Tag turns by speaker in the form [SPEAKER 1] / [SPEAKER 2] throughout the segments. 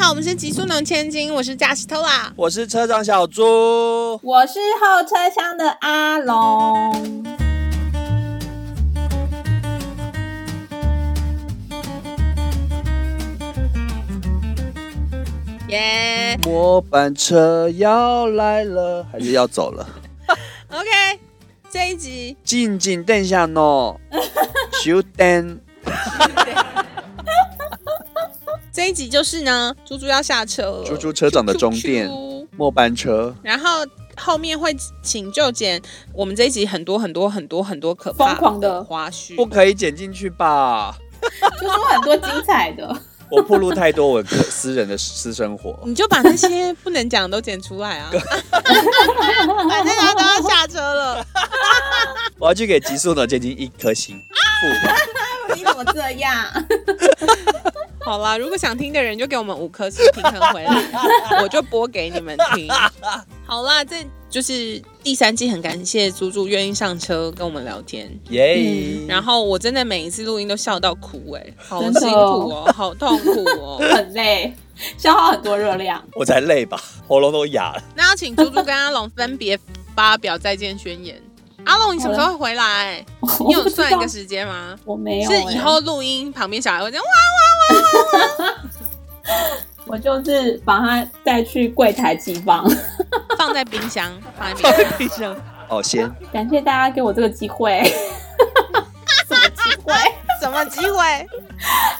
[SPEAKER 1] 好，我们是极速能千金，我是驾驶偷啦。
[SPEAKER 2] 我是车长小猪。
[SPEAKER 3] 我是后车厢的阿龙。
[SPEAKER 1] 耶、
[SPEAKER 2] 末班车要来了，还是要走了？
[SPEAKER 1] o k 这一集
[SPEAKER 2] 静静等一下 喏，稍等。
[SPEAKER 1] 这一集就是呢，猪猪要下车了，
[SPEAKER 2] 猪猪车长的终点
[SPEAKER 1] 啾啾啾
[SPEAKER 2] 末班车，
[SPEAKER 1] 然后后面会请就剪我们这一集很多很多很多很多可怕
[SPEAKER 3] 疯狂的
[SPEAKER 1] 花絮
[SPEAKER 2] 不，可以剪进去吧？
[SPEAKER 3] 就说很多精彩的，
[SPEAKER 2] 我暴露太多我个私人的私生活。
[SPEAKER 1] 你就把那些不能讲的都剪出来啊！反正大家都要下车了，
[SPEAKER 2] 我要去给极速呢接近一颗星。负评
[SPEAKER 3] 你怎么这样？
[SPEAKER 1] 好啦，如果想听的人就给我们五颗星平衡回来，我就播给你们听。好啦，这就是第三季，很感谢猪猪愿意上车跟我们聊天。
[SPEAKER 3] 嗯
[SPEAKER 2] 耶！
[SPEAKER 1] 然后我真的每一次录音都笑到哭哎、好
[SPEAKER 3] 真
[SPEAKER 1] 辛
[SPEAKER 3] 的
[SPEAKER 1] 苦
[SPEAKER 3] 哦
[SPEAKER 1] 哦，好痛苦哦。
[SPEAKER 3] 很累，消耗很多热量。
[SPEAKER 2] 我才累吧，喉咙都哑了。
[SPEAKER 1] 那要请猪猪跟阿龙分别发表再见宣言。阿龙，你什么时候会回来？你有算一个时间吗？
[SPEAKER 3] 我没有、
[SPEAKER 1] 是
[SPEAKER 3] 欸
[SPEAKER 1] 以后录音旁边小孩会这样
[SPEAKER 3] 我就是把它带去柜台寄放。
[SPEAKER 1] 哇，放在冰箱，放在冰箱。
[SPEAKER 2] 哦，先
[SPEAKER 3] 感谢大家给我这个机会。 什么机会？
[SPEAKER 1] 什么机会？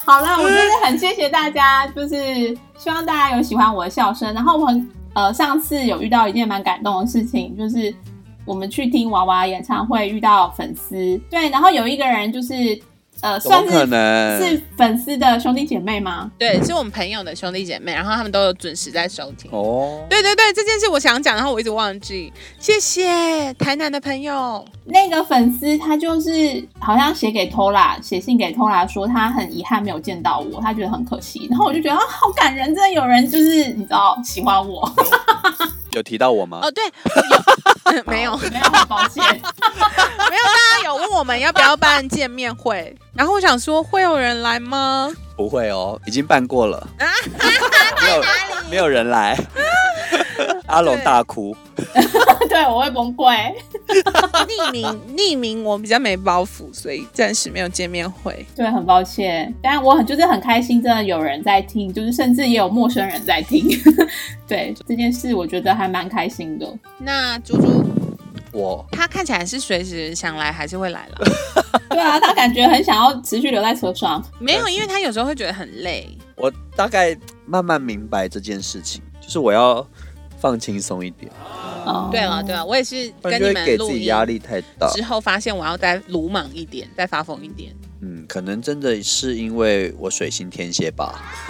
[SPEAKER 3] 好了，我真的很谢谢大家，就是希望大家有喜欢我的笑声。然后我很呃，上次有遇到一件蛮感动的事情，就是我们去听娃娃演唱会遇到粉丝，对，然后有一个人就是呃，
[SPEAKER 2] 怎么
[SPEAKER 3] 算
[SPEAKER 2] 可
[SPEAKER 3] 是
[SPEAKER 2] 能？
[SPEAKER 3] 是粉丝的兄弟姐妹吗？
[SPEAKER 1] 对，是我们朋友的兄弟姐妹，然后他们都有准时在收听。
[SPEAKER 2] 哦，
[SPEAKER 1] 对对对，这件事我想讲，然后我一直忘记。谢谢台南的朋友，
[SPEAKER 3] 那个粉丝他就是好像写给 Tola，写信给 Tola 说他很遗憾没有见到我，他觉得很可惜。然后我就觉得啊，好感人，真的有人就是你知道喜欢我，
[SPEAKER 2] 有提到我吗
[SPEAKER 1] 哦，？对， 有嗯没有
[SPEAKER 3] 没有，很抱歉。
[SPEAKER 1] 没有，大家有问我们要不要办见面会，然后我想说会有人来吗？
[SPEAKER 2] 不会哦，已经办过了。没有没有人 来，阿龙大哭。
[SPEAKER 3] 对，我会崩溃。
[SPEAKER 1] 匿名匿名，我比较没包袱，所以暂时没有见面会。
[SPEAKER 3] 对，很抱歉，但我很就是很开心，真的有人在听，就是甚至也有陌生人在听。 对这件事，我觉得还蛮开心的。
[SPEAKER 1] 那猪猪
[SPEAKER 2] 我
[SPEAKER 1] 他看起来是随时想来还是会来了，
[SPEAKER 3] 对啊，他感觉很想要持续留在车上。
[SPEAKER 1] 没有，因为他有时候会觉得很累。
[SPEAKER 2] 我大概慢慢明白这件事情，就是我要放轻松一点，
[SPEAKER 3] 嗯，
[SPEAKER 1] 对啊了对了，我也是
[SPEAKER 2] 哦不
[SPEAKER 1] 跟
[SPEAKER 2] 然就
[SPEAKER 1] 你
[SPEAKER 2] 会
[SPEAKER 1] 们
[SPEAKER 2] 给
[SPEAKER 1] 录
[SPEAKER 2] 自己
[SPEAKER 1] 音
[SPEAKER 2] 压力太大。
[SPEAKER 1] 之后，发现我要再鲁莽一点，再发疯一点。
[SPEAKER 2] 嗯，可能真的是因为我水星天蝎吧。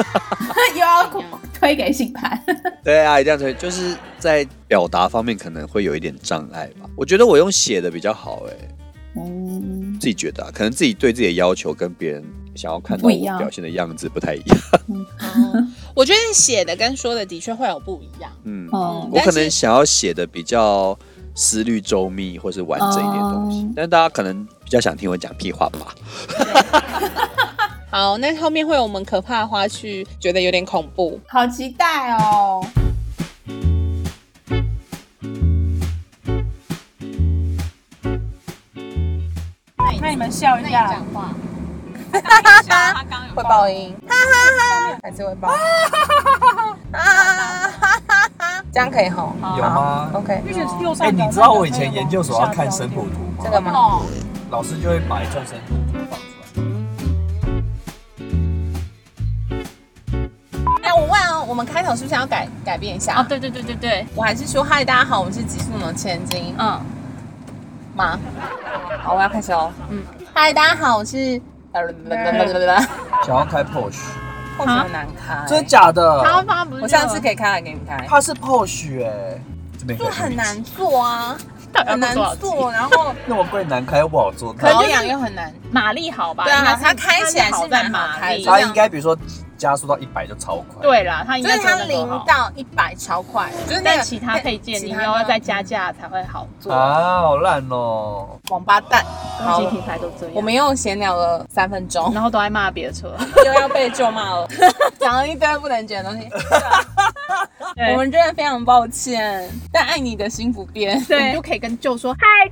[SPEAKER 3] 又要推给星盘。
[SPEAKER 2] 对啊，一定要推，就是在表达方面可能会有一点障碍吧。我觉得我用写的比较好、欸，
[SPEAKER 3] 嗯
[SPEAKER 2] 自己觉得、啊，可能自己对自己的要求跟别人想要看到
[SPEAKER 3] 不
[SPEAKER 2] 我
[SPEAKER 3] 一样
[SPEAKER 2] 表现的样子不太一样。
[SPEAKER 1] 哦， 我觉得写的跟说的的确会有不一样。
[SPEAKER 2] 嗯，
[SPEAKER 3] 哦
[SPEAKER 2] 我
[SPEAKER 1] 但
[SPEAKER 2] 可
[SPEAKER 1] 是
[SPEAKER 2] 能想要写的比较思虑周密或是完整一点的东西，
[SPEAKER 3] 哦
[SPEAKER 2] 但大家可能比较想听我讲屁话吧。
[SPEAKER 1] 好，那后面会有我们可怕的花絮，觉得有点恐怖。
[SPEAKER 3] 好期待哦！
[SPEAKER 4] 那你们笑一下，
[SPEAKER 3] 话，
[SPEAKER 4] 他刚有
[SPEAKER 1] 会爆音，哈哈 哈，还是会爆音，啊哈哈哈， 这样可以吼，
[SPEAKER 5] 有吗？
[SPEAKER 1] ？OK，
[SPEAKER 4] 就觉得右
[SPEAKER 5] 哎、
[SPEAKER 4] 上角
[SPEAKER 5] 你知道我以前研究所要看声谱图吗？
[SPEAKER 1] 这个吗？
[SPEAKER 3] 哦，
[SPEAKER 5] 老师就会把一串声谱图放出来。
[SPEAKER 1] 哎，我问哦，我们开头是不是要改改变一下？
[SPEAKER 4] 啊，对对对对对，
[SPEAKER 1] 我还是说嗨，大家好，我们是极速能千金
[SPEAKER 4] 嗯，
[SPEAKER 1] 吗？好，我要开始哦。嗯，嗨，大家好，我是。呃，或
[SPEAKER 5] 想要开 Porsche，
[SPEAKER 1] 许很难开，
[SPEAKER 5] 真的假的？
[SPEAKER 3] 他发不是
[SPEAKER 1] 我上次可以开来给你开，
[SPEAKER 5] 它是 Porsche 哎、这边
[SPEAKER 1] 就
[SPEAKER 5] 可以
[SPEAKER 1] 很难做啊，
[SPEAKER 4] 到底要
[SPEAKER 1] 很难
[SPEAKER 4] 录多少集？
[SPEAKER 1] 做，然 后
[SPEAKER 5] 那么贵难开又不好做，
[SPEAKER 1] 保养又很难。
[SPEAKER 4] 马力好吧？
[SPEAKER 1] 对啊
[SPEAKER 4] 应该是
[SPEAKER 1] 它开起来是
[SPEAKER 4] 好在
[SPEAKER 1] 蛮好
[SPEAKER 4] 马
[SPEAKER 1] 开
[SPEAKER 4] 力
[SPEAKER 1] 的
[SPEAKER 5] 它应该比如说
[SPEAKER 2] 加速到一百就超快。，
[SPEAKER 3] 对啦，它应
[SPEAKER 6] 就
[SPEAKER 3] 该
[SPEAKER 6] 是
[SPEAKER 3] 做
[SPEAKER 6] 它
[SPEAKER 3] 得
[SPEAKER 6] 零
[SPEAKER 3] 很好。
[SPEAKER 6] 到一百超快，就是那
[SPEAKER 3] 但
[SPEAKER 6] 个
[SPEAKER 3] 其他配件
[SPEAKER 6] 其
[SPEAKER 3] 你
[SPEAKER 6] 他
[SPEAKER 3] 又
[SPEAKER 6] 呢
[SPEAKER 3] 要再加价才会好做。
[SPEAKER 2] 啊，好烂哦！
[SPEAKER 6] 王八蛋。
[SPEAKER 3] 攻
[SPEAKER 6] 啊好
[SPEAKER 3] 击，品牌都这样。
[SPEAKER 6] 我们又闲聊了三分钟，
[SPEAKER 3] 然后都爱骂别的车。
[SPEAKER 6] 又要被咒骂了，讲了一堆不能讲的东西。我
[SPEAKER 3] 我们
[SPEAKER 6] 们真的非常抱歉，但爱你的心不变。
[SPEAKER 3] 我们就可以跟舅说，嗨，哦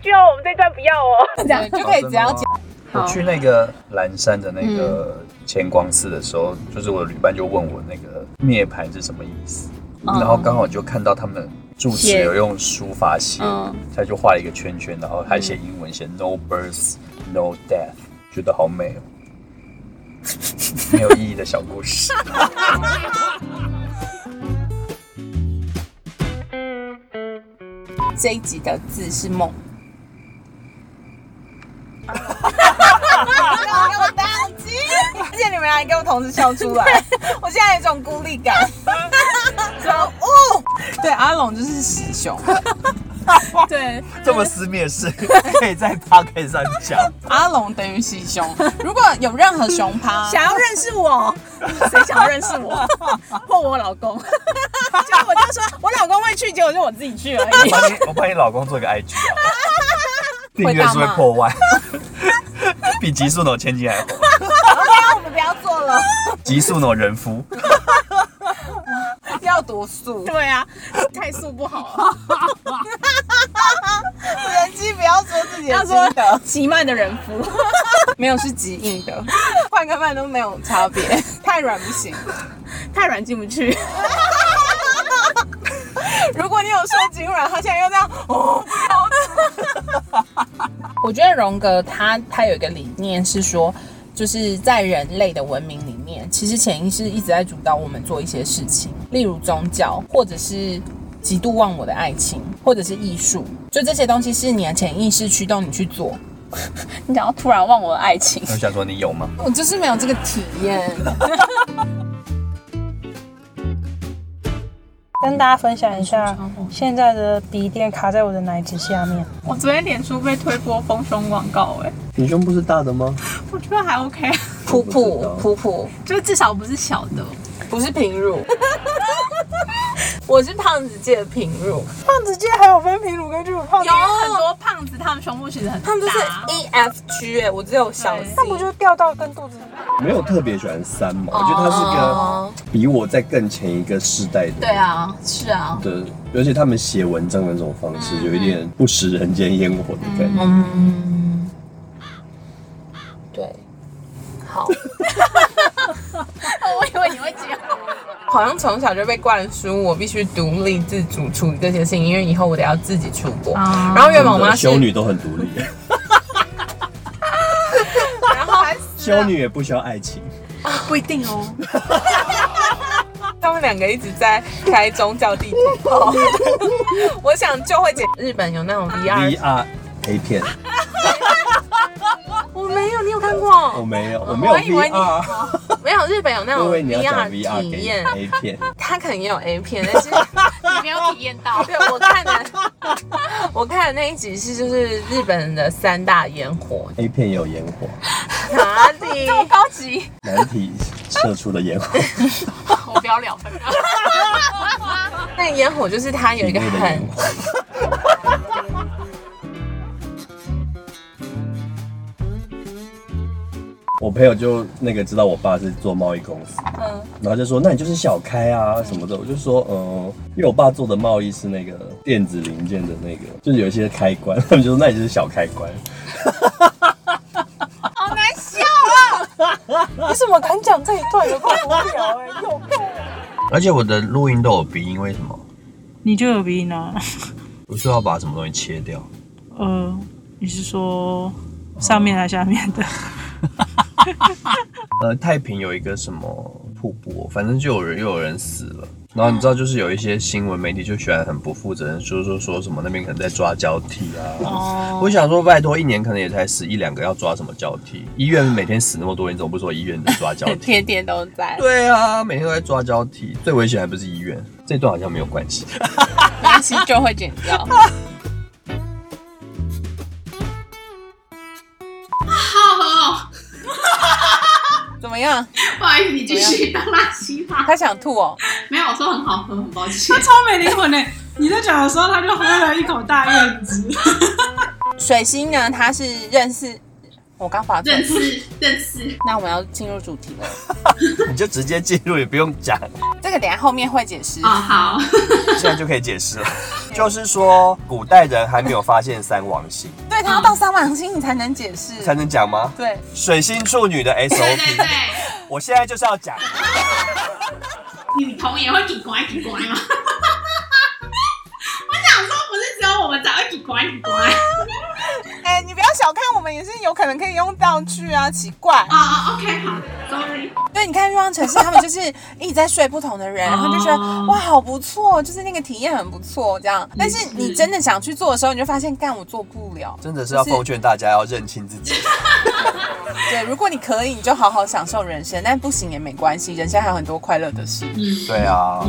[SPEAKER 6] 这样就可以只要
[SPEAKER 2] 讲
[SPEAKER 6] 讲。。
[SPEAKER 2] 啊
[SPEAKER 6] 嗯
[SPEAKER 2] 我去那个蓝山的那个千光寺的时候，就是我的旅伴就问我那个涅槃是什么意思，
[SPEAKER 6] 嗯
[SPEAKER 2] 然后刚好就看到他们住持
[SPEAKER 3] 写
[SPEAKER 2] 有用书法写，
[SPEAKER 3] 嗯
[SPEAKER 2] 他就画了一个圈圈，然后还写英文写
[SPEAKER 6] 嗯
[SPEAKER 2] “No birth, no death”，觉得好美哦。 没有意义的小故 事。
[SPEAKER 6] 这一集的字是梦。你们给我打击而且你们还给我同时笑出来，我现在有一种孤立感。哦，对，阿龙就是死熊，对，
[SPEAKER 2] 这么私密的事可以在 p o c a s t 上讲，
[SPEAKER 6] 阿龙等于喜熊。如果有任何熊趴，
[SPEAKER 3] 想要认识我，谁想要认识我？或我老公？结果我就说我老公会去，结果就我自己去而
[SPEAKER 2] 我
[SPEAKER 3] 已。
[SPEAKER 2] 帮你，我帮你老公做一个 IG 好不好订
[SPEAKER 6] 会
[SPEAKER 2] 阅
[SPEAKER 6] 大
[SPEAKER 2] 数会
[SPEAKER 6] 骂
[SPEAKER 2] 破万， 比极速那种千金还火。
[SPEAKER 6] 那我们不要做了，
[SPEAKER 2] 极速那种人夫，
[SPEAKER 6] 要多素，
[SPEAKER 3] 对啊，太素不好啊。
[SPEAKER 6] 人机不要说自己
[SPEAKER 3] 他
[SPEAKER 6] 的
[SPEAKER 3] 说
[SPEAKER 6] 心得，
[SPEAKER 3] 极慢的人 夫，
[SPEAKER 6] 没有是极硬的，换个饭都没有差别， 太软不行。
[SPEAKER 3] 太软进不去。
[SPEAKER 6] 如果你有说景软，他现在又这样，哦，不要。 我觉得荣格他他有一个理念是说，就是在人类的文明里面，其实潜意识一直在主导我们做一些事情，例如宗教，或者是极度忘我的爱情，或者是艺术，就这些东西是你的潜意识驱动你去 做。
[SPEAKER 3] 你想要突然忘我的爱情？
[SPEAKER 2] 我想说你有吗？
[SPEAKER 6] 我就是没有这个体验。
[SPEAKER 7] 跟大家分享一
[SPEAKER 6] 哎
[SPEAKER 7] 下，现在的笔电卡在我的奶子下面。
[SPEAKER 3] 我昨天脸书被推播丰胸广告、哎，
[SPEAKER 2] 你胸部是大的吗？
[SPEAKER 3] 我觉得还 OK，
[SPEAKER 6] 普普普普，
[SPEAKER 3] 就是至少不是小的。
[SPEAKER 6] 不是平 乳，我是胖子界的平乳。
[SPEAKER 7] 胖子界还有分平乳跟巨乳胖子，
[SPEAKER 3] 很多胖子他们胸部其实很大，
[SPEAKER 6] 他们就是 E F G 哎、我只有小 C，
[SPEAKER 7] 那不就是掉到跟肚子？
[SPEAKER 8] 没有特别喜欢三毛，
[SPEAKER 6] 哦
[SPEAKER 8] 我觉得他是个比我在更前一个世代的。
[SPEAKER 6] 对啊，是啊，
[SPEAKER 8] 的，而且他们写文章的那种方式，有一点不食人间烟火的感觉。
[SPEAKER 6] 嗯，对，好，
[SPEAKER 3] 我以为你会接。
[SPEAKER 6] 好像从小就被灌输我必须独立自主处理这些事情，因为以后我得要自己出国。然后原本我妈
[SPEAKER 8] 真的
[SPEAKER 6] 是
[SPEAKER 8] 修，女都很独立，
[SPEAKER 6] 然后
[SPEAKER 8] 修女也不需要爱 情。
[SPEAKER 6] 他们两个一直在开宗教地图炮，我想就会解。日本有那种 VR，
[SPEAKER 8] VR A 片，
[SPEAKER 6] 我没有，你有看过？
[SPEAKER 8] 我没有，我没有
[SPEAKER 6] 我以为你
[SPEAKER 8] VR，
[SPEAKER 6] 没有，日本有那
[SPEAKER 8] 我
[SPEAKER 6] 种
[SPEAKER 8] 以为你要讲
[SPEAKER 6] VR
[SPEAKER 8] VR 给
[SPEAKER 6] 体验，
[SPEAKER 8] A 片，
[SPEAKER 6] 他可能也有 A 片，但是
[SPEAKER 3] 没有体验到，
[SPEAKER 6] 对我看的，我看的那一集是就是日本的三大烟火，
[SPEAKER 8] A 片也有烟火，
[SPEAKER 6] 哪里？
[SPEAKER 3] 高级，
[SPEAKER 8] 男体射出的烟火，
[SPEAKER 3] 我不要聊。
[SPEAKER 6] 那个烟火就是它有一
[SPEAKER 8] 体内
[SPEAKER 6] 个
[SPEAKER 8] 的烟
[SPEAKER 6] 很
[SPEAKER 8] 火。我朋友就那个知道我爸是做贸易公司，然后就说那你就是小开啊什么的，我就说嗯，因为我爸做的贸易是那个电子零件的那个，就是有一些开关，他们就说那你就是小开关，
[SPEAKER 7] 你怎么敢讲这一段？有够无聊哎、有够。
[SPEAKER 2] 而且我的录音都有鼻音，为什么？
[SPEAKER 7] 你就有鼻音啊？
[SPEAKER 2] 我说要把什么东西切掉。
[SPEAKER 7] 呃，你是说上面还是下面的？
[SPEAKER 2] 呃，太平有一个什么瀑布，反正就有人又有人死了。然后你知道，就是有一些新闻媒体就喜欢很不负责任，说说说什么那边可能在抓交替啊。
[SPEAKER 7] 哦
[SPEAKER 2] 我想说，拜托，一年可能也才死一两个，要抓什么交替？医院每天死那么多，你怎么不说医院在抓交替？
[SPEAKER 6] 天天都在。
[SPEAKER 2] 对啊，每天都在抓交替，最危险还不是医院？这段好像没有关系。
[SPEAKER 6] 关系就会剪 掉。 怎么
[SPEAKER 1] 样？
[SPEAKER 3] 不好意思，你继续当垃圾吧。
[SPEAKER 1] 他想吐哦。
[SPEAKER 3] 没有，我说很好喝，很抱歉。
[SPEAKER 7] 超没灵魂的、你在讲的时候，他就喝了一口大燕子。
[SPEAKER 6] 水星呢，它是认识我刚把
[SPEAKER 3] 认识认识，
[SPEAKER 6] 那我们要进入主题了。
[SPEAKER 2] 你就直接进入，也不用 讲，
[SPEAKER 6] 这个等一下后面会解释
[SPEAKER 3] 哦，。好，
[SPEAKER 2] 现在就可以解释了。就是说，古代人还没有发现三王星，
[SPEAKER 6] 对，它要到三王星你才能解释。
[SPEAKER 2] 才能讲吗？
[SPEAKER 6] 对，
[SPEAKER 2] 水星处女 的
[SPEAKER 3] 对对
[SPEAKER 2] SOP，
[SPEAKER 3] 对，
[SPEAKER 2] 我现在就是要讲。
[SPEAKER 3] 女童也会给乖给乖吗？ 我想说，不是只有我们才会给乖给乖。
[SPEAKER 6] 哎、你不要小看我们，也是有可能可以用道具啊，奇怪。
[SPEAKER 3] 哦哦，OK，好，Sorry。
[SPEAKER 6] 对，你看欲望城市，他们就是一直在睡不同的人，然后就觉得哇，好不错，就是那个体验很不错这样。但是你真的想去做的时候，你就发现干我做不了。
[SPEAKER 2] 真的是要奉劝大家要认清自己，
[SPEAKER 6] 对，如果你可以，你就好好享受人生，但不行也没关系，人生还有很多快乐的事。
[SPEAKER 2] 对啊，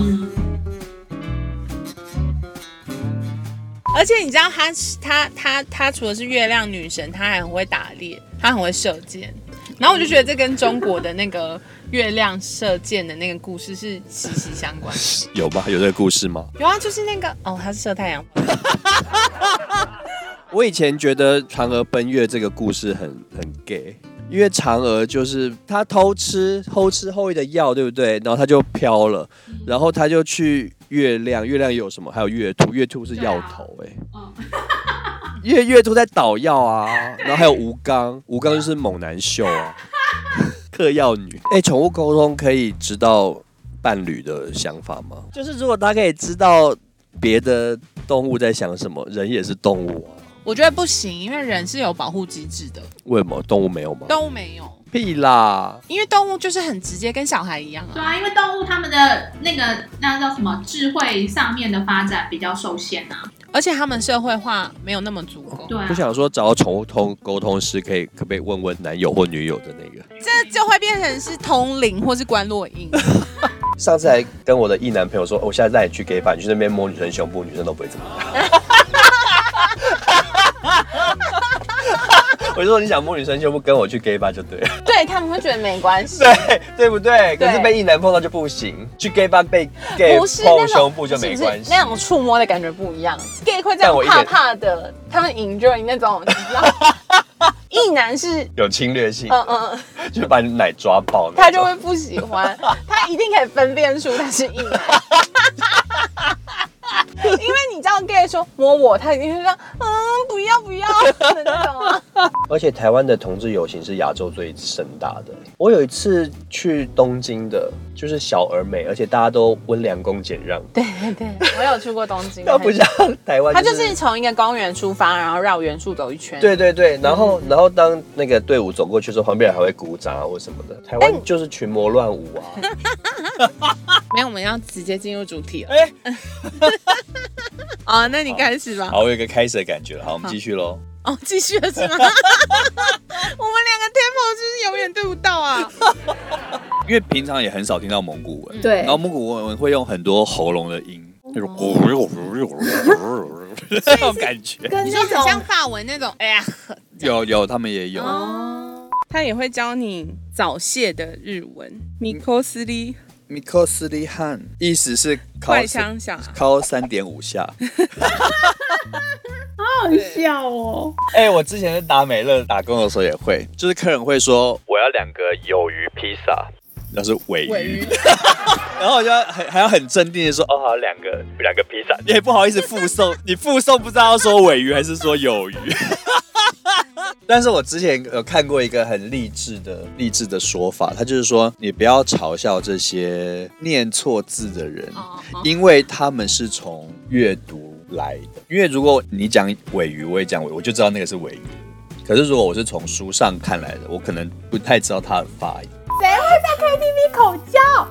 [SPEAKER 1] 而且你知道他是他他他除了是月亮女神，她还很会打猎，她很会射箭。然后我就觉得这跟中国的那个月亮射箭的那个故事是息息相关的。
[SPEAKER 9] 有吗？有这个故事吗？
[SPEAKER 1] 有啊，就是那个哦，她是射太阳。
[SPEAKER 9] 我以前觉得嫦娥奔月这个故事很很 gay，因为嫦娥就是她偷吃偷吃后羿的药，对不对？然后她就飘了，然后她就去月亮，月亮有什么？还有月兔，月兔是药头哎、
[SPEAKER 3] 哦，
[SPEAKER 9] 因为月兔在捣药啊，然后还有吴刚，吴刚就是猛男秀啊， 嗑药女。哎、宠物沟通可以知道伴侣的想法吗？就是如果大家可以知道别的动物在想什么，人也是动物啊。
[SPEAKER 1] 我觉得不行，因为人是有保护机制的，
[SPEAKER 9] 为什么动物没有吗？
[SPEAKER 1] 动物没有，
[SPEAKER 9] 屁啦！
[SPEAKER 1] 因为动物就是很直接，跟小孩一样
[SPEAKER 3] 对
[SPEAKER 1] 啊。
[SPEAKER 3] 啊，因为动物它们的那个那叫什么智慧上面的发展比较受限啊。
[SPEAKER 1] 而且他们社会化没有那么足够。
[SPEAKER 3] 对啊
[SPEAKER 9] 不，想说找宠物通沟通师，可以可不可以问问男友或女友的那个？
[SPEAKER 1] 这就会变成是通灵或是关落音。
[SPEAKER 9] 上次还跟我的异男朋友说，哦我下次带你去 gay 吧，你去那边摸女生胸部，女生都不会怎么样。 我就说你想摸女生胸部，跟我去 gay 吧就对了，
[SPEAKER 6] 对他们会觉得没关系，
[SPEAKER 9] 对 对不对？可是
[SPEAKER 6] 对
[SPEAKER 9] 被异男碰到就不行，去 gay 吧被 gay
[SPEAKER 6] 不是那
[SPEAKER 9] 碰胸
[SPEAKER 6] 种
[SPEAKER 9] 部就没
[SPEAKER 6] 是不是
[SPEAKER 9] 关系。
[SPEAKER 6] 那种触摸的感觉不一样。gay 会这
[SPEAKER 9] 但
[SPEAKER 6] 样
[SPEAKER 9] 我一
[SPEAKER 6] 怕
[SPEAKER 9] 点
[SPEAKER 6] 怕的，他们 enjoy 那种，你知道， 一男是
[SPEAKER 9] 有侵略性，
[SPEAKER 6] 嗯嗯，嗯
[SPEAKER 9] 就把你奶抓爆那种。
[SPEAKER 6] 他就会不喜欢， 他一定可以分辨出他是异男。因为你知道 gay 说摸我，他一定会说嗯不要不 要的那种啊。
[SPEAKER 9] 而且台湾的同志游行是亚洲最盛大的。我有一次去东京的，就是小而美，而且大家都温良恭俭让，
[SPEAKER 6] 对对对，我有去过东京，
[SPEAKER 9] 那不像台湾、
[SPEAKER 6] 他
[SPEAKER 9] 就。
[SPEAKER 6] 就是是从一个公园出发，然后绕原处走一圈。
[SPEAKER 9] 对对对，然
[SPEAKER 6] 嗯
[SPEAKER 9] 后然后当那个队伍走过去的时候，旁边人还会鼓掌啊或什么的。台湾就是群魔乱舞 啊，
[SPEAKER 1] 没有，我们要直接进入主题了。
[SPEAKER 9] 哎
[SPEAKER 6] 哦
[SPEAKER 1] 啊，那你开始吧。
[SPEAKER 9] 好，我有一个开始的感觉了。好，我们继续喽。
[SPEAKER 1] 哦， 继续了 是吗？我们两个 tempo 就是永远对不到 啊。
[SPEAKER 2] 因为平常也很少听到蒙古
[SPEAKER 6] 嗯
[SPEAKER 2] 文，
[SPEAKER 4] 对
[SPEAKER 2] 然后蒙古文会用很多喉咙的音，那种
[SPEAKER 6] 哦
[SPEAKER 2] 那种感觉，
[SPEAKER 4] 跟
[SPEAKER 1] 你说
[SPEAKER 4] 那
[SPEAKER 1] 很像
[SPEAKER 4] 种
[SPEAKER 1] 法文那种，哎呀，
[SPEAKER 2] 有有他们也有，
[SPEAKER 6] 哦
[SPEAKER 1] 他也会教你早泄的日文，米科斯利
[SPEAKER 2] 米克斯利汉意思是
[SPEAKER 1] 快
[SPEAKER 2] 敲三
[SPEAKER 1] 枪响啊。
[SPEAKER 2] 敲三点五下。
[SPEAKER 7] 好笑哦！
[SPEAKER 2] 哎、我之前在达美乐打工的时候也会，就是客人会说我要两个鱿鱼披萨，那是尾鱼， 然后我就要很还要很镇定的说哦好两个两个披萨，你也不好意思附送，你附送不知道要说尾鱼还是说有鱼。 但是我之前有看过一个很励志的励志的说法，他就是说你不要嘲笑这些念错字的人，因为他们是从阅读来的。因为如果你讲尾鱼，我也讲尾，我就知道那个是尾鱼。可是如果我是从书上看来的，我可能不太知道它的发音。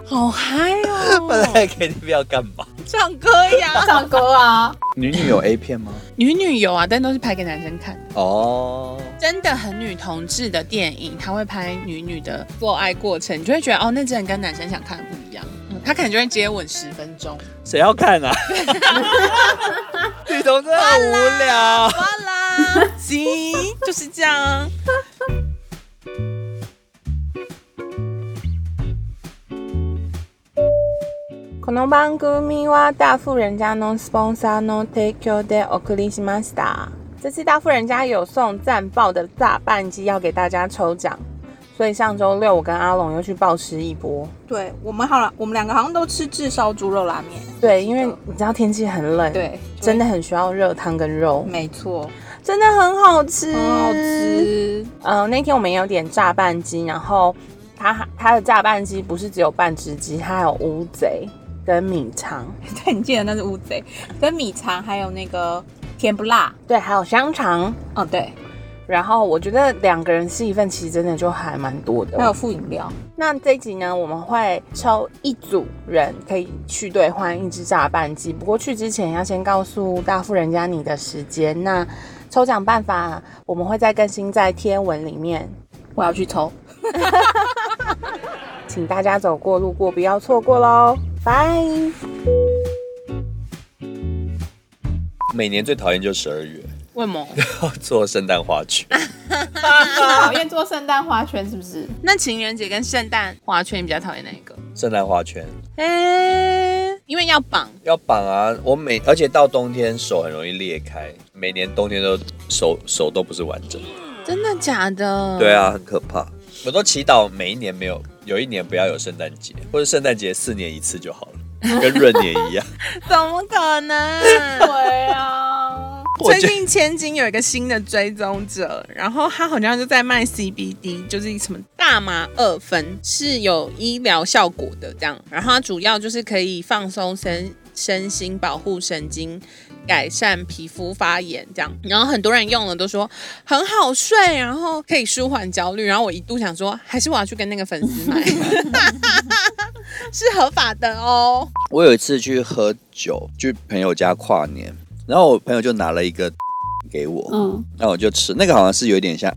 [SPEAKER 1] 好嗨哦！
[SPEAKER 2] 本来 KTV 要干嘛？
[SPEAKER 1] 唱歌呀，
[SPEAKER 3] 唱歌啊，
[SPEAKER 2] 女女有 A 片吗？
[SPEAKER 1] 女女有啊，但都是拍给男生看的。
[SPEAKER 2] 哦，
[SPEAKER 1] 真的很女同志的电影，他会拍女女的做爱过程，你就会觉得哦，那真的跟男生想看的不一样。嗯，他可能就会接吻十分钟。
[SPEAKER 2] 谁要看啊？女同真的很无聊。
[SPEAKER 1] 哇啦， 行，就是这样。この番組は大富人家のスポンサーの提供でお送りしました。这次大富人家有送战报的大半季要给大家抽奖，所以上周六我跟阿龙又去暴食一波。
[SPEAKER 6] 对我们好了，我们两个好像都吃炙烧猪肉拉面。
[SPEAKER 1] 对，因为你知道天气很冷，，
[SPEAKER 6] 对，
[SPEAKER 1] 真的很需要热汤跟肉，
[SPEAKER 6] 没错，
[SPEAKER 1] 真的很好吃，
[SPEAKER 6] 很好。吃。
[SPEAKER 1] 嗯、那天我们也有点炸半鸡，然后它还它的炸半鸡不是只有半只鸡，它还有乌贼跟米肠，
[SPEAKER 6] 对，你记得那是乌贼，跟米肠还有那个甜不辣。
[SPEAKER 1] 对，还有香肠。
[SPEAKER 6] 哦，对，
[SPEAKER 1] 然后我觉得两个人吃一份，其实真的就还蛮多的。
[SPEAKER 6] 还有副饮料。
[SPEAKER 1] 那这一集呢，我们会抽一组人可以去兑换一只炸半鸡，不过去之前要先告诉大富人家你的时间。那抽奖办法我们会再更新在贴文里面，
[SPEAKER 6] 我要去抽，
[SPEAKER 1] 请大家走过路过不要错过喽，拜。
[SPEAKER 2] 每年最讨厌就十二月，
[SPEAKER 1] 为毛？
[SPEAKER 2] 做圣诞花圈。
[SPEAKER 3] 讨厌做圣诞花圈是不是？
[SPEAKER 1] 那情人节跟圣诞花圈你比较讨厌哪一个？
[SPEAKER 2] 圣诞花圈
[SPEAKER 1] 哎、因为要绑，
[SPEAKER 2] 要绑啊！我每而且到冬天手很容易裂开，每年冬天都手手都不是完整的。
[SPEAKER 1] 真的假的？
[SPEAKER 2] 对啊，很可怕。我都祈祷每一年没有，有一年不要有圣诞节，或者圣诞节四年一次就好了，跟闰年一样。
[SPEAKER 1] 怎么可能？
[SPEAKER 3] 对啊，
[SPEAKER 2] 我
[SPEAKER 1] 最
[SPEAKER 2] 觉得
[SPEAKER 1] 近千金有一个新的追踪者，然后他好像就在卖 CBD，就是什么大麻二酚是有医疗效果的这样，然后它主要就是可以放松身身心，保护神经。改善皮肤发炎这样，然后很多人用了都说很好睡，然后可以舒缓焦虑。然后我一度想说，还是我要去跟那个粉丝 买， 是合法的哦。
[SPEAKER 2] 我有一次去喝酒，去朋友家跨年，然后我朋友就拿了一个给我，
[SPEAKER 3] 嗯，
[SPEAKER 2] 那我就吃，那个好像是有点像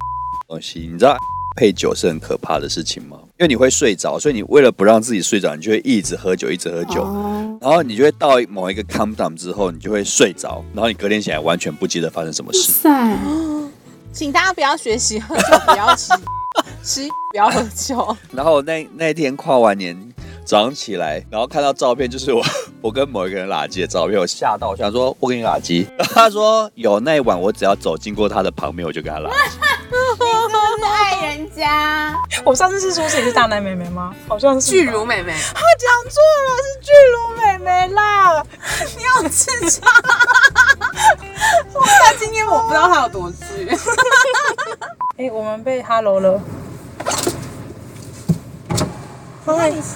[SPEAKER 2] 东西，你知道配酒是很可怕的事情吗？因为你会睡着，所以你为了不让自己睡着，你就会一直喝酒，一直喝酒，
[SPEAKER 3] 哦，
[SPEAKER 2] 然后你就会到某一个 calm down 之后，你就会睡着，然后你隔天起来完全不记得发生什么事。
[SPEAKER 3] 塞，
[SPEAKER 1] 请大家不要学习喝酒，不要吃， 吃不要喝酒。
[SPEAKER 2] 然后那那天跨完年早上起来，然后看到照片，就是我 我跟某一个人拉鸡的照片，我吓到，我想说我跟你拉鸡， 然后他说有那一晚我只要走经过他的旁边，我就跟他拉鸡。
[SPEAKER 3] 是爱人家，
[SPEAKER 10] 我上次是说谁是大奶妹妹吗？好像是巨乳妹妹。我讲错了，是巨乳妹妹啦！你要吃啥？
[SPEAKER 6] 但今 天我不知道他有多巨。
[SPEAKER 10] 哎、我们被 hello 了。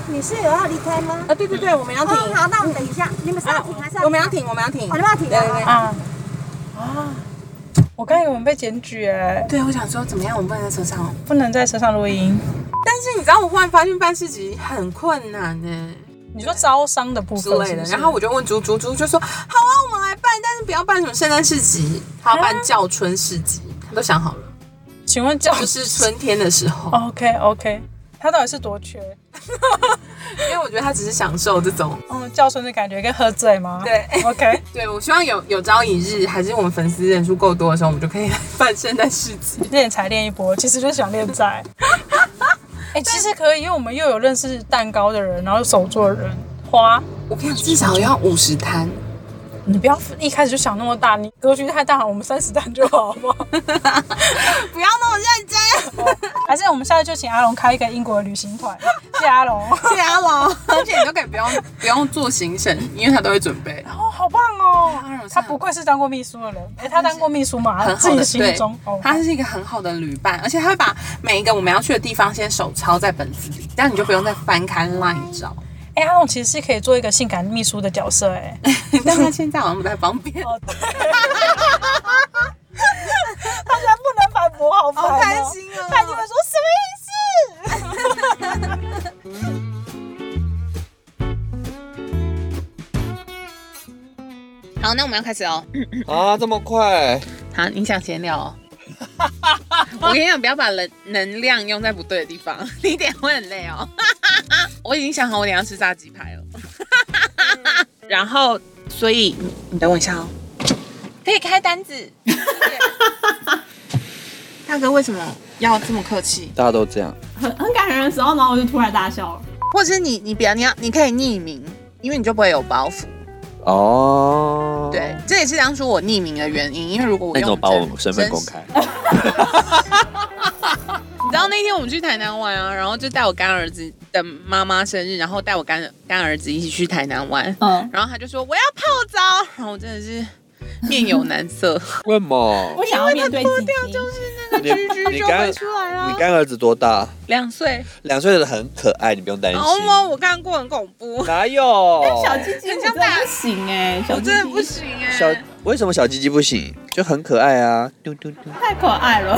[SPEAKER 11] 你是有要离开吗？
[SPEAKER 6] 啊，对对对，我们要停。
[SPEAKER 11] 哦，好，那我们等一下，你们是要停还是要？
[SPEAKER 6] 啊我们要停，我们要停
[SPEAKER 11] 哦，。你们要停
[SPEAKER 6] 对对
[SPEAKER 11] 啊。
[SPEAKER 10] 啊啊！我刚以为我们被检举哎、
[SPEAKER 6] 对，我想说怎么样，我们不能在车上哦。
[SPEAKER 10] 不能在车上录音。
[SPEAKER 6] 但是你知道，我忽然发现办事情很困难呢、
[SPEAKER 10] 你说招商的部
[SPEAKER 6] 之
[SPEAKER 10] 分
[SPEAKER 6] 类
[SPEAKER 10] 是
[SPEAKER 6] 的
[SPEAKER 10] 不。是
[SPEAKER 6] 然后我就问猪猪，猪就说好啊，我们来办，但是不要办什么圣诞市集，他要
[SPEAKER 11] 啊
[SPEAKER 6] 办叫春市集，他都想好了，
[SPEAKER 10] 请问教
[SPEAKER 6] 就是春天的时候，
[SPEAKER 10] OK OK，他到底是多缺？
[SPEAKER 6] 因为我觉得他只是享受这种。
[SPEAKER 10] 嗯，叫春的感觉跟喝醉吗？
[SPEAKER 6] 对
[SPEAKER 10] ，OK，
[SPEAKER 6] 对，我希望有有朝一日，还是我们粉丝人数够多的时候，我们就可以 来办圣诞市集。
[SPEAKER 10] 练才练一波，其实就想练 仔。哎、其实可以，因为我们又有认识蛋糕的人，然后手做的人花。
[SPEAKER 6] 我看至少要五十摊，
[SPEAKER 10] 你不要一开始就想那么大，你格局太大，我们三十单就好，好 不好？
[SPEAKER 6] 不要那么认真。
[SPEAKER 10] 还是我们下次就请阿龙开一个英国旅行团，谢谢阿龙，
[SPEAKER 6] 谢谢阿龙， 而且你都可以不用不用做行程，因为他都会准备。
[SPEAKER 10] 哦，好棒
[SPEAKER 6] 当然有
[SPEAKER 10] 哦！
[SPEAKER 6] 这
[SPEAKER 10] 他
[SPEAKER 6] 样
[SPEAKER 10] 不愧是当过秘书的人，哎、他当过秘书嘛，
[SPEAKER 6] 很
[SPEAKER 10] 自
[SPEAKER 6] 好
[SPEAKER 10] 己
[SPEAKER 6] 的，
[SPEAKER 10] 心
[SPEAKER 6] 对
[SPEAKER 10] 中哦，，
[SPEAKER 6] 他是一个很好的旅伴，而且他会把每一个我们要去的地方先手抄在本子里，这样你就不用再翻开 LINE 找。
[SPEAKER 10] 哎、阿龙其实是可以做一个性感秘书的角色、 哎。
[SPEAKER 6] 但他现在好像不太方便。
[SPEAKER 10] 哦，对。 他现在不能反驳，好烦、哦，
[SPEAKER 6] 好开心哦
[SPEAKER 10] 他一定会说什么意思？
[SPEAKER 1] 好，那我们要开始哦。
[SPEAKER 2] 啊，这么快？
[SPEAKER 1] 好，你想闲 聊、哦？我跟你讲，不要把能能量用在不对的地方， 你等一下会很累哦。 我已经想好我等一下要吃炸鸡排了。 然后，所以你你等我一下哦。可以开单子。 大哥为什么要这么客气？
[SPEAKER 2] 大家都这样。
[SPEAKER 3] 很很感人的时候，然后我就突然大笑了。
[SPEAKER 1] 或者是你你不要你要你可以匿名，因为你就不会有包袱。
[SPEAKER 2] 哦，
[SPEAKER 1] 对，这也是当初我匿名的原因，因为如果我
[SPEAKER 2] 那你怎么
[SPEAKER 1] 用
[SPEAKER 2] 把我
[SPEAKER 1] 真
[SPEAKER 2] 身份
[SPEAKER 1] 真
[SPEAKER 2] 公
[SPEAKER 1] 实
[SPEAKER 2] 开？
[SPEAKER 1] 你知道那天我们去台南玩啊，然后就带我干儿子的妈妈生日，然后带我干干儿子一起去台南玩，
[SPEAKER 3] 嗯，
[SPEAKER 1] 然后他就说我要泡澡，然后我真的是面有难 色，
[SPEAKER 2] 为毛
[SPEAKER 3] 我？想要面对自己，
[SPEAKER 2] 你你干
[SPEAKER 3] 啊
[SPEAKER 2] 你干儿子多大？
[SPEAKER 1] 啊两岁，
[SPEAKER 2] 两岁的很可爱，你不用担心。
[SPEAKER 1] 好吗？我看过很恐怖，
[SPEAKER 2] 哪有？
[SPEAKER 3] 啊小鸡鸡真的不行哎，小
[SPEAKER 1] 我
[SPEAKER 3] 鸡
[SPEAKER 1] 真的
[SPEAKER 3] 鸡
[SPEAKER 1] 不行哎、
[SPEAKER 2] 小为什么小鸡鸡不行？就很可爱啊！嘟嘟嘟。
[SPEAKER 3] 太可爱了。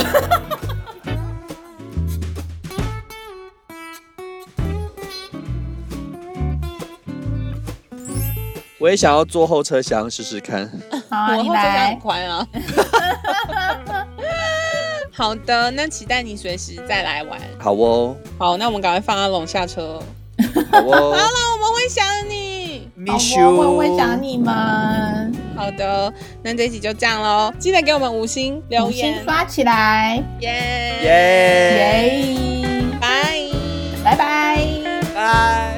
[SPEAKER 2] 我也想要坐后车厢试试看。
[SPEAKER 3] 好，啊
[SPEAKER 1] 我
[SPEAKER 3] 你
[SPEAKER 1] 后车厢很
[SPEAKER 3] 来，
[SPEAKER 1] 宽啊。 好的，那期待你随时再来玩。
[SPEAKER 2] 好哦，
[SPEAKER 1] 好，那我们赶快放阿龙下车哦。
[SPEAKER 2] 好哦
[SPEAKER 1] 好了，我们会想你。
[SPEAKER 2] ，miss
[SPEAKER 3] 好我会
[SPEAKER 2] you
[SPEAKER 3] 会。想你们，
[SPEAKER 1] 好的，那这一集就这样喽，记得给我们五星留
[SPEAKER 3] 五星
[SPEAKER 1] 言，
[SPEAKER 3] 刷起来，
[SPEAKER 1] 耶，
[SPEAKER 2] 耶！
[SPEAKER 3] 耶，
[SPEAKER 1] 拜。
[SPEAKER 3] 拜拜。
[SPEAKER 2] 拜。